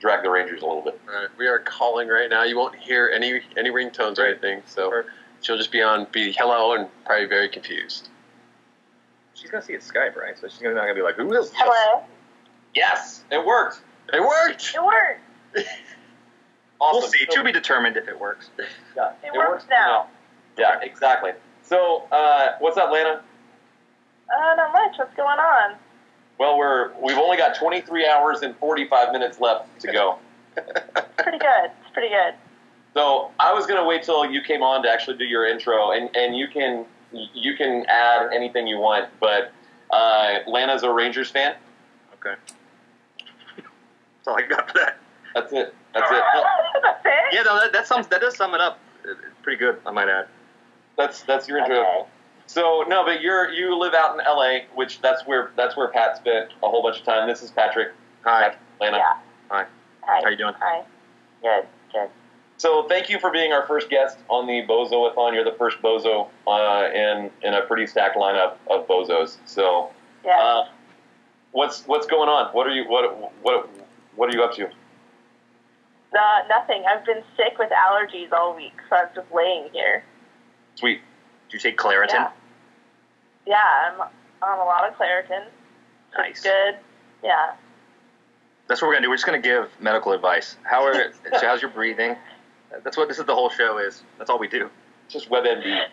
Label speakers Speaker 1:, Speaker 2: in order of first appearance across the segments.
Speaker 1: drag the Rangers a little bit.
Speaker 2: All right, we are calling right now. You won't hear any any ringtones or anything, so
Speaker 3: Sure.
Speaker 2: she'll just be on be hello and probably very confused.
Speaker 3: She's gonna see it Skype, right? So she's gonna not gonna be like, "Who is?" this?"
Speaker 4: Hello.
Speaker 1: Yes, it worked.
Speaker 2: It worked.
Speaker 4: It worked.
Speaker 1: Awesome.
Speaker 3: We'll see. To be determined if it works.
Speaker 4: It, works, now.
Speaker 1: Yeah, exactly. So, uh, what's up, Lana?
Speaker 4: Uh, not much. What's going on?
Speaker 1: Well, we're we've only got 23 hours and 45 minutes left to go.
Speaker 4: It's pretty good. It's pretty good.
Speaker 1: So I was gonna wait till you came on to actually do your intro, and, and you can you can add anything you want. But uh, Lana's a Rangers fan.
Speaker 3: Okay. That's all I got for that.
Speaker 1: That's it. That's it. No,
Speaker 4: That's it?
Speaker 3: Yeah, no, that, that sums that does sum it up uh, pretty good. I might add.
Speaker 1: That's that's your intro.
Speaker 4: Okay.
Speaker 1: So no, but you're you live out in L.A., which that's where that's where Pat spent a whole bunch of time. This is Patrick.
Speaker 3: Hi,
Speaker 1: Lana.
Speaker 4: Yeah.
Speaker 3: Hi.
Speaker 4: Hi.
Speaker 3: how you doing?
Speaker 4: Hi. Good. Good.
Speaker 1: So thank you for being our first guest on the Bozoathon. You're the first Bozo uh, in in a pretty stacked lineup of Bozos. So
Speaker 4: Yeah.
Speaker 1: uh, what's what's going on? What are you what what what are you up to?
Speaker 4: Uh, nothing. I've been sick with allergies all week, so I'm just laying here.
Speaker 1: Sweet.
Speaker 3: Did you take Claritin?
Speaker 4: Yeah. Yeah, I'm on a lot of Claritin.
Speaker 3: Nice.
Speaker 4: Good. Yeah.
Speaker 3: That's what we're gonna do. We're just gonna give medical advice. How are? so how's your breathing? That's what this is. The whole show is. That's all we do.
Speaker 1: Just WebMD.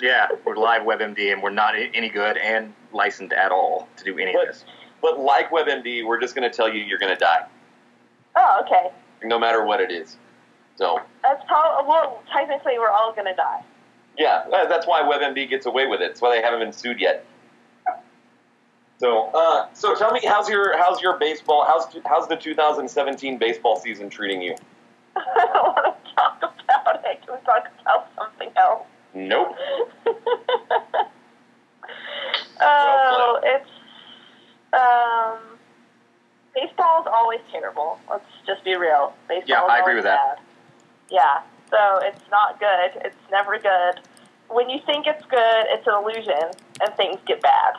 Speaker 3: Yeah, we're live WebMD, and we're not a- any good and licensed at all to do any
Speaker 1: What?
Speaker 3: of this.
Speaker 1: But like WebMD, we're just going to tell you you're going to die,
Speaker 4: Oh, okay.
Speaker 1: no matter what it is. So
Speaker 4: That's probably, well, technically we're all going to die.
Speaker 1: yeah, that- that's why WebMD gets away with it. That's why they haven't been sued yet. So uh, so tell me, how's your how's your baseball? How's how's the 2017 baseball season treating you?
Speaker 4: I don't want to talk about it. Can we talk about something else?
Speaker 1: Nope.
Speaker 4: oh, it's um, baseball is always terrible. Let's just be real. Baseball.
Speaker 3: Yeah,
Speaker 4: is
Speaker 3: I agree
Speaker 4: always
Speaker 3: with that.
Speaker 4: Bad. Yeah, so it's not good. It's never good. When you think it's good, it's an illusion, and things get bad.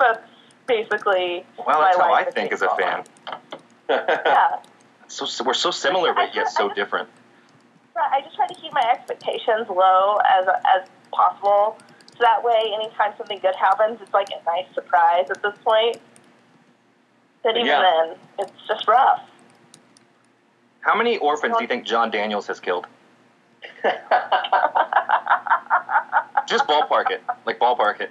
Speaker 4: That's basically
Speaker 3: Well, that's
Speaker 4: my
Speaker 3: how I
Speaker 4: life with
Speaker 3: think as a
Speaker 4: baseball.
Speaker 3: fan.
Speaker 4: Yeah,
Speaker 3: So, so we're so similar, but yet so different.
Speaker 4: Right, I just try to keep my expectations low as as possible, so that way, anytime something good happens, it's like a nice surprise at this point. But even
Speaker 1: Yeah.
Speaker 4: then, it's just rough.
Speaker 3: How many orphans do you think John Daniels has killed? Just ballpark it, like ballpark it,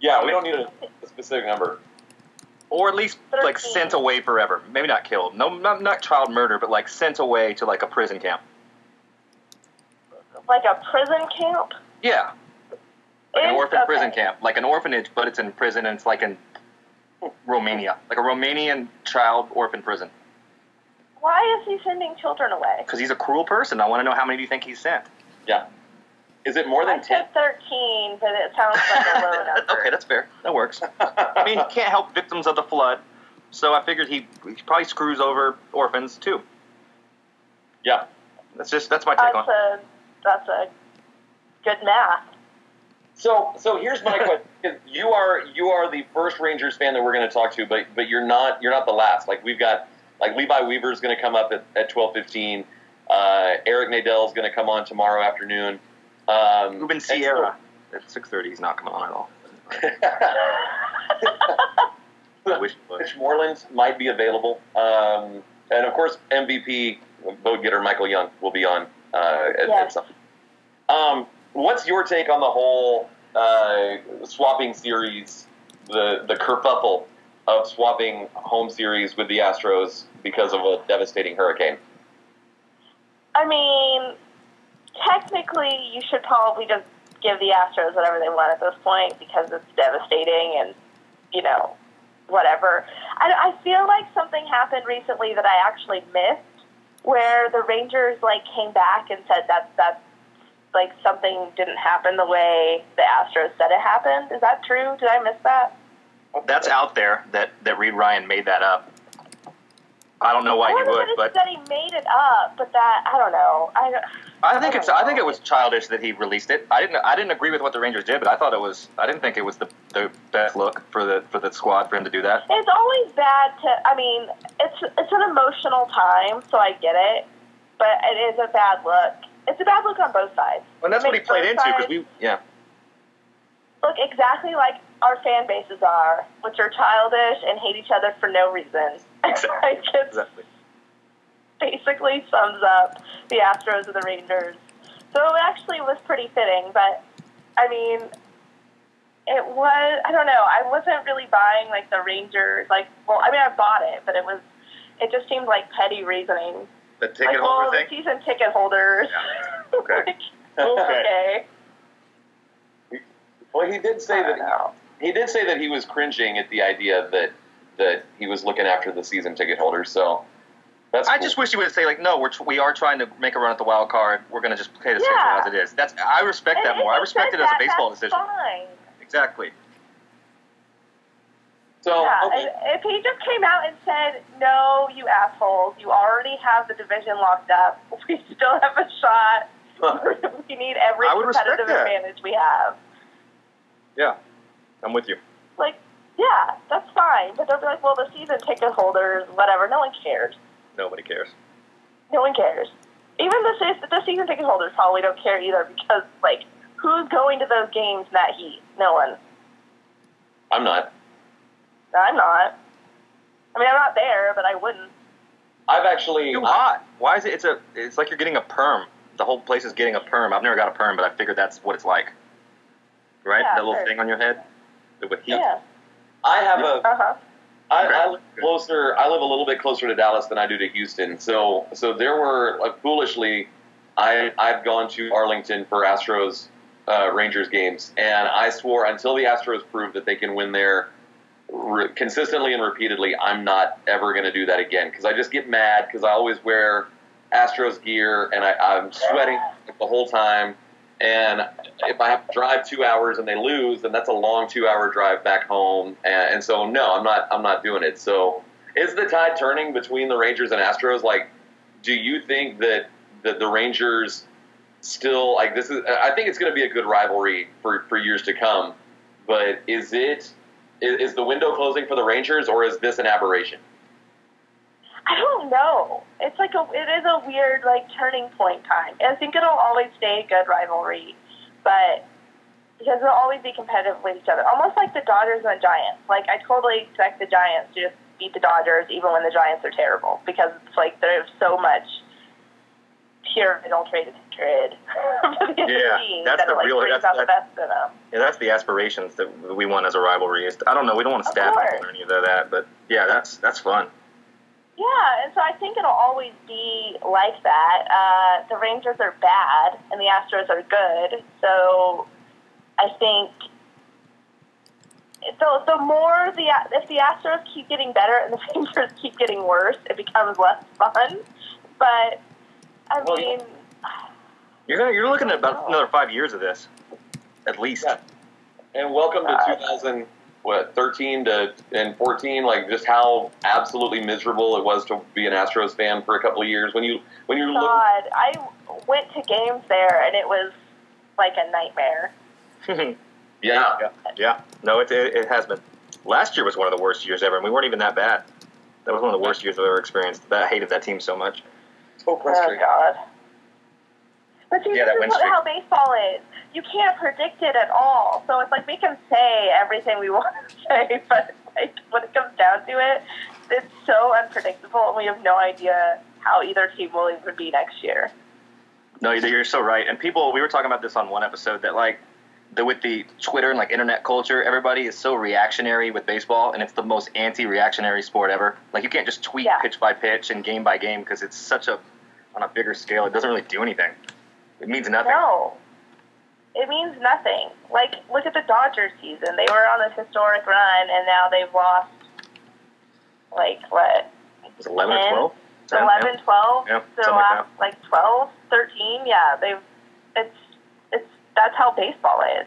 Speaker 1: yeah, we don't need a, a specific number.
Speaker 3: or at least like
Speaker 4: Thirteen.
Speaker 3: sent away forever. Maybe not killed. No, not, not child murder, but like sent away to like a prison camp.
Speaker 4: Like a prison camp.
Speaker 3: Yeah, like an
Speaker 4: It's
Speaker 3: orphan
Speaker 4: okay.
Speaker 3: prison camp, like an orphanage, but it's in prison and it's like in Romania, like a Romanian child orphan prison.
Speaker 4: Why is he sending children away?
Speaker 3: Because he's a cruel person. I want to know how many do you think he sent?
Speaker 1: Yeah. Is it more
Speaker 4: I
Speaker 1: than ten?
Speaker 4: said thirteen, but it sounds like a low number.
Speaker 3: okay, that's fair. That works. I mean, he can't help victims of the flood, so I figured he, he probably screws over orphans too.
Speaker 1: Yeah.
Speaker 3: That's just that's my take
Speaker 4: That's
Speaker 3: on. it.
Speaker 4: a that's a good math.
Speaker 1: So so here's my question: 'Cause you are you are the first Rangers fan that we're going to talk to, but but you're not you're not the last. Like we've got like Levi Weaver's going to come up at at twelve fifteen. Uh, Eric Nadell's going to come on tomorrow afternoon. Um,
Speaker 3: Ruben
Speaker 1: and so-
Speaker 3: Sierra at six thirty. He's not coming on at all. I wish he was.
Speaker 1: Mitch Moreland might be available, um, and of course MVP vote getter Michael Young will be on uh, at, at
Speaker 4: Yes.
Speaker 1: some. Um, what's your take on the whole uh, swapping series, the the kerfuffle of swapping home series with the Astros because of a devastating hurricane?
Speaker 4: I mean, technically, you should probably just give the Astros whatever they want at this point because it's devastating and, you know, whatever. I, I feel like something happened recently that I actually missed where the Rangers, like, came back and said that, that like, something didn't happen the way the Astros said it happened. Is that true? Did I miss that?
Speaker 3: That's out there that that Reed Ryan made that up. I don't know why
Speaker 4: I
Speaker 3: he
Speaker 4: don't know
Speaker 3: would,
Speaker 4: that
Speaker 3: but
Speaker 4: it's that he made it up, but that, I don't know. I don't,
Speaker 3: I think it's I think it was childish that he released it. I didn't I didn't agree with what the Rangers did, but I thought it was I didn't think it was the the best look for the for the squad for him to do that.
Speaker 4: It's always bad to. I mean, it's it's an emotional time, so I get it, but it is a bad look. It's a bad look on both sides.
Speaker 3: And that's what he
Speaker 4: Makes
Speaker 3: played
Speaker 4: both
Speaker 3: into because
Speaker 4: sides
Speaker 3: we yeah
Speaker 4: look exactly like our fan bases are, which are childish and hate each other for no reason.
Speaker 3: Exactly.
Speaker 4: like it's
Speaker 3: exactly.
Speaker 4: basically sums up the Astros and the Rangers. So it actually was pretty fitting, but I mean, it was, I don't know, I wasn't really buying like the Rangers, like, well, I mean, I bought it, but it was, it just seemed like petty reasoning.
Speaker 3: The
Speaker 4: like,
Speaker 3: ticket
Speaker 4: well,
Speaker 3: holder
Speaker 4: the
Speaker 3: thing.
Speaker 4: season ticket holders.
Speaker 3: Okay.
Speaker 4: Like,
Speaker 1: okay.
Speaker 4: okay.
Speaker 1: Well, he did say
Speaker 4: I don't
Speaker 1: that
Speaker 4: know.
Speaker 1: he did say that he was cringing at the idea that that he was looking after the season ticket holders. So
Speaker 4: oh,
Speaker 1: that's
Speaker 3: I
Speaker 1: cool.
Speaker 3: just wish he would say like, no, we're tr- we are trying to make a run at the wild card. We're gonna just play the schedule
Speaker 4: Yeah.
Speaker 3: as it is. That's I respect
Speaker 4: And
Speaker 3: that
Speaker 4: if
Speaker 3: more. I
Speaker 4: he
Speaker 3: respect
Speaker 4: said
Speaker 3: it as a
Speaker 4: that,
Speaker 3: baseball
Speaker 4: that's
Speaker 3: decision.
Speaker 4: Fine.
Speaker 3: Exactly.
Speaker 1: so
Speaker 4: Yeah,
Speaker 1: okay.
Speaker 4: if, if he just came out and said, "No, you assholes, you already have the division locked up. We still have a shot. we need every
Speaker 3: I would respect
Speaker 4: competitive
Speaker 3: that.
Speaker 4: advantage we have."
Speaker 3: Yeah, I'm with you.
Speaker 4: Like, yeah, that's fine. But they'll be like, "Well, the season ticket holders, whatever. No one cares.
Speaker 3: Nobody cares.
Speaker 4: No one cares. Even the se- the season ticket holders probably don't care either because like, who's going to those games in that heat? No one.
Speaker 1: I'm not.
Speaker 4: I'm not. I mean, I'm not there, but I wouldn't.
Speaker 1: I've actually
Speaker 3: Too
Speaker 1: I-
Speaker 3: hot. Why is it? It's a. It's like you're getting a perm. The whole place is getting a perm. I've never got a perm, but I figured that's what it's like. Right?
Speaker 4: Yeah,
Speaker 3: that little
Speaker 4: sure.
Speaker 3: thing on your head with heat.
Speaker 4: Yeah.
Speaker 1: I have a
Speaker 4: Uh huh.
Speaker 1: I,
Speaker 3: Okay.
Speaker 1: I live closer. I live a little bit closer to Dallas than I do to Houston. So, so there were like, foolishly, I I've gone to Arlington for Astros uh, Rangers games, and I swore until the Astros prove that they can win there re- consistently and repeatedly, I'm not ever going to do that again because I just get mad because I always wear Astros gear and I, I'm sweating the whole time. And if I have to drive two hours and they lose, then that's a long two-hour drive back home. And, and so, no, I'm not. I'm not doing it. So, is the tide turning between the Rangers and Astros? Like, do you think that that the Rangers still like this is? I think it's going to be a good rivalry for for years to come. But is it? Is, is the window closing for the Rangers, or is this an aberration?
Speaker 4: I don't know. It's like a it is a weird like turning point time. And I think it'll always stay a good rivalry, but because they'll always be competitive with each other. Almost like the Dodgers and the Giants. Like I totally expect the Giants to just beat the Dodgers even when the Giants are terrible because it's like there's so much pure adulterated hatred for the other
Speaker 3: Yeah,
Speaker 4: team
Speaker 3: that's
Speaker 4: that
Speaker 3: the
Speaker 4: it, like
Speaker 3: real-
Speaker 4: brings
Speaker 3: that's-
Speaker 4: out the
Speaker 3: that's-
Speaker 4: best in them.
Speaker 3: Yeah, that's the aspirations that we want as a rivalry. Is I don't know. We don't want to
Speaker 4: Of
Speaker 3: stab
Speaker 4: course.
Speaker 3: people or any of that. But yeah, that's that's fun.
Speaker 4: Yeah, and so I think it'll always be like that. Uh, the Rangers are bad, and the Astros are good. So I think the the more the if the Astros keep getting better and the Rangers keep getting worse, it becomes less fun. But I
Speaker 1: Well,
Speaker 4: mean,
Speaker 3: You're gonna, you're looking at
Speaker 4: Oh.
Speaker 3: about another five years of this, at least.
Speaker 1: Yeah. And welcome to 2000, what 13 to and 14, like just how absolutely miserable it was to be an Astros fan for a couple of years. When you when you look,
Speaker 4: God, I went to games there, and it was like a nightmare.
Speaker 1: yeah,
Speaker 3: yeah, yeah. No, it, it it has been. Last year was one of the worst years ever, and we weren't even that bad. That was one of the worst years I've ever experienced. That I hated that team so much.
Speaker 1: so
Speaker 4: Oh
Speaker 1: frustrating.
Speaker 4: God. But see,
Speaker 3: Yeah, that
Speaker 4: this
Speaker 3: win
Speaker 4: is
Speaker 3: streak.
Speaker 4: how baseball is. You can't predict it at all. So it's like we can say everything we want to say, but like when it comes down to it, it's so unpredictable, and we have no idea how either team will even be next year.
Speaker 3: No, you're you're so right. And people, we were talking about this on one episode that like the with the Twitter and like internet culture, everybody is so reactionary with baseball, and it's the most anti-reactionary sport ever. Like you can't just tweet
Speaker 4: Yeah.
Speaker 3: pitch by pitch and game by game because it's such a on a bigger scale. It doesn't really do anything. It means nothing.
Speaker 4: No. It means nothing. Like, look at the Dodgers season. They were on this historic run, and now they've lost, like, what,
Speaker 3: It's 11 or
Speaker 4: Ten?
Speaker 3: 12. 10, yeah.
Speaker 4: 11, 12,
Speaker 3: Yeah,
Speaker 4: their
Speaker 3: something like
Speaker 4: last, uh, like, 12, 13, yeah, they've, it's, it's, that's how baseball is.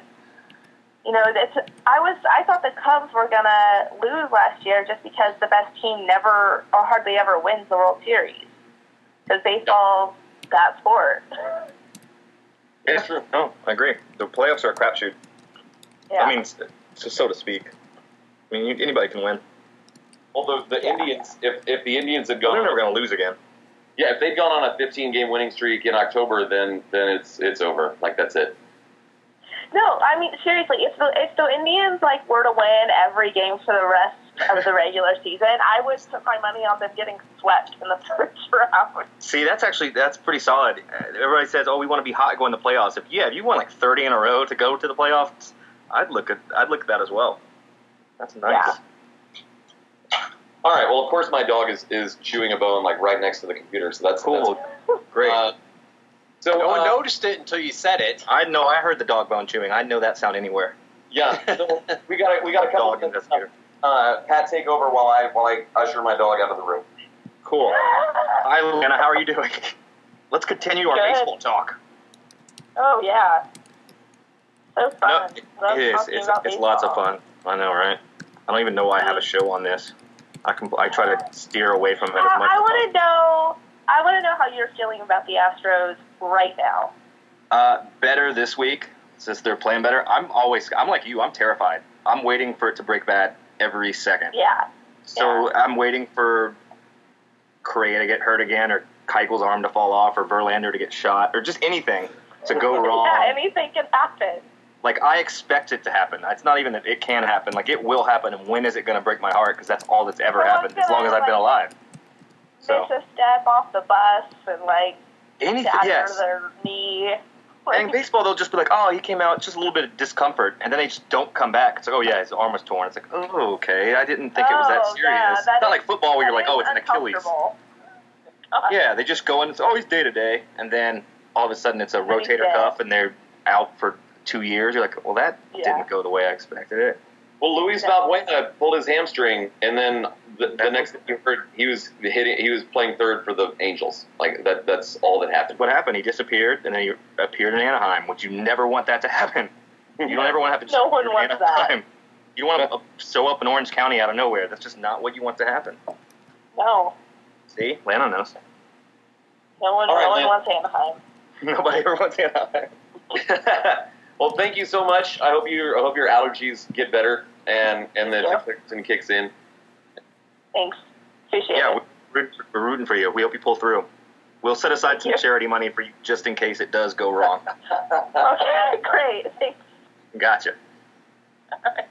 Speaker 4: You know, it's, I was, I thought the Cubs were gonna lose last year just because the best team never, or hardly ever wins the World Series. Because baseball's that sport.
Speaker 1: It's true.
Speaker 3: Oh, No, I agree. The playoffs are a crapshoot.
Speaker 4: Yeah.
Speaker 3: I mean, so, so to speak. I mean, you, anybody can win.
Speaker 1: Although the Indians, if, if the Indians had
Speaker 3: They're
Speaker 1: gone,
Speaker 3: never going to lose again.
Speaker 1: yeah, if they'd gone on a 15 game winning streak in October, then then it's it's over. Like that's it.
Speaker 4: No, I mean seriously, if the if the Indians like were to win every game for the rest of the regular season, I would put my money on them getting swept in the first round.
Speaker 3: See, that's actually that's pretty solid. Uh, Everybody says, "Oh, we want to be hot going to the playoffs." If yeah, if you won like thirty in a row to go to the playoffs, I'd look at I'd look at that as well. That's nice.
Speaker 4: Yeah.
Speaker 1: All right. Well, of course, my dog is, is chewing a bone like right next to the computer, so that's
Speaker 3: Cool,
Speaker 1: that's-
Speaker 3: great.
Speaker 1: uh, so
Speaker 2: No one
Speaker 1: uh,
Speaker 2: noticed it until you said it.
Speaker 3: I know I heard the dog bone chewing. I know that sound anywhere.
Speaker 1: yeah, so we got a, we got a couple
Speaker 3: Dog
Speaker 1: of
Speaker 3: investigator.
Speaker 1: uh, Pat take over while I while I usher my dog out of the room.
Speaker 3: Cool. Hi, Lana. How are you doing? Let's continue our
Speaker 4: Good.
Speaker 3: baseball talk.
Speaker 4: oh yeah, so fun. Love
Speaker 3: It is.
Speaker 4: talking
Speaker 3: It's,
Speaker 4: about
Speaker 3: it's lots of
Speaker 4: baseball.
Speaker 3: fun. I know, right? I don't even know why I have a show on this. I can I try to steer away from it
Speaker 4: Uh,
Speaker 3: as much.
Speaker 4: I
Speaker 3: as
Speaker 4: want to know. I want to know how you're feeling about the Astros right now.
Speaker 3: Uh, better this week since they're playing better. I'm always I'm like you. I'm terrified. I'm waiting for it to break bad every second.
Speaker 4: Yeah,
Speaker 3: So I'm waiting for Correa to get hurt again, or Keuchel's arm to fall off, or Verlander to get shot, or just anything to go wrong.
Speaker 4: yeah, anything can happen.
Speaker 3: like I expect it to happen. It's not even that it can happen. Like it will happen. And when is it going to break my heart? Because that's all that's ever
Speaker 4: Well, I
Speaker 3: happened as
Speaker 4: feel
Speaker 3: long as
Speaker 4: like-
Speaker 3: I've been alive. So
Speaker 4: Miss a step off the bus and like
Speaker 3: anything,
Speaker 4: shatter
Speaker 3: yes.
Speaker 4: their knee.
Speaker 3: And in baseball, they'll just be like, "Oh, he came out just a little bit of discomfort," and then they just don't come back. It's like, "Oh yeah, his arm was torn." It's like, "Oh okay, I didn't think it was that
Speaker 4: Oh,
Speaker 3: serious."
Speaker 4: yeah,
Speaker 3: it's
Speaker 4: that
Speaker 3: not
Speaker 4: is-
Speaker 3: like football where you're
Speaker 4: That
Speaker 3: like, "Oh,
Speaker 4: is
Speaker 3: it's an Achilles."
Speaker 4: uncomfortable. Uh,
Speaker 3: Yeah, they just go in. It's always day to day, and then all of a sudden it's a
Speaker 4: Pretty
Speaker 3: rotator
Speaker 4: good.
Speaker 3: cuff, and they're out for two years. You're like, "Well, that
Speaker 4: Yeah.
Speaker 3: didn't go the way I expected it."
Speaker 1: Well, Luis
Speaker 4: Yeah.
Speaker 1: Valbuena pulled his hamstring, and then the, the next thing you heard, he was hitting. He was playing third for the Angels. Like that. That's all that happened.
Speaker 3: what happened. He disappeared, and then he appeared in Anaheim, which you never want that to happen. You don't ever want to have to
Speaker 4: No one
Speaker 3: disappear in
Speaker 4: wants that.
Speaker 3: Anaheim. You don't want to show up in Orange County out of nowhere. That's just not what you want to happen.
Speaker 4: No,
Speaker 3: See, Lana knows.
Speaker 4: no one,
Speaker 1: All right,
Speaker 4: no one
Speaker 1: Lynn.
Speaker 4: wants Anaheim.
Speaker 3: Nobody ever wants Anaheim.
Speaker 1: well, thank you so much. I hope your I hope your allergies get better, and and that
Speaker 4: Yeah.
Speaker 1: Dixon kicks in.
Speaker 4: Thanks, appreciate
Speaker 3: Yeah,
Speaker 4: it.
Speaker 3: we're rooting, we're rooting for you. We hope you pull through. We'll set aside some
Speaker 4: Yeah.
Speaker 3: charity money for you just in case it does go wrong.
Speaker 4: Okay, great. Thanks.
Speaker 3: gotcha.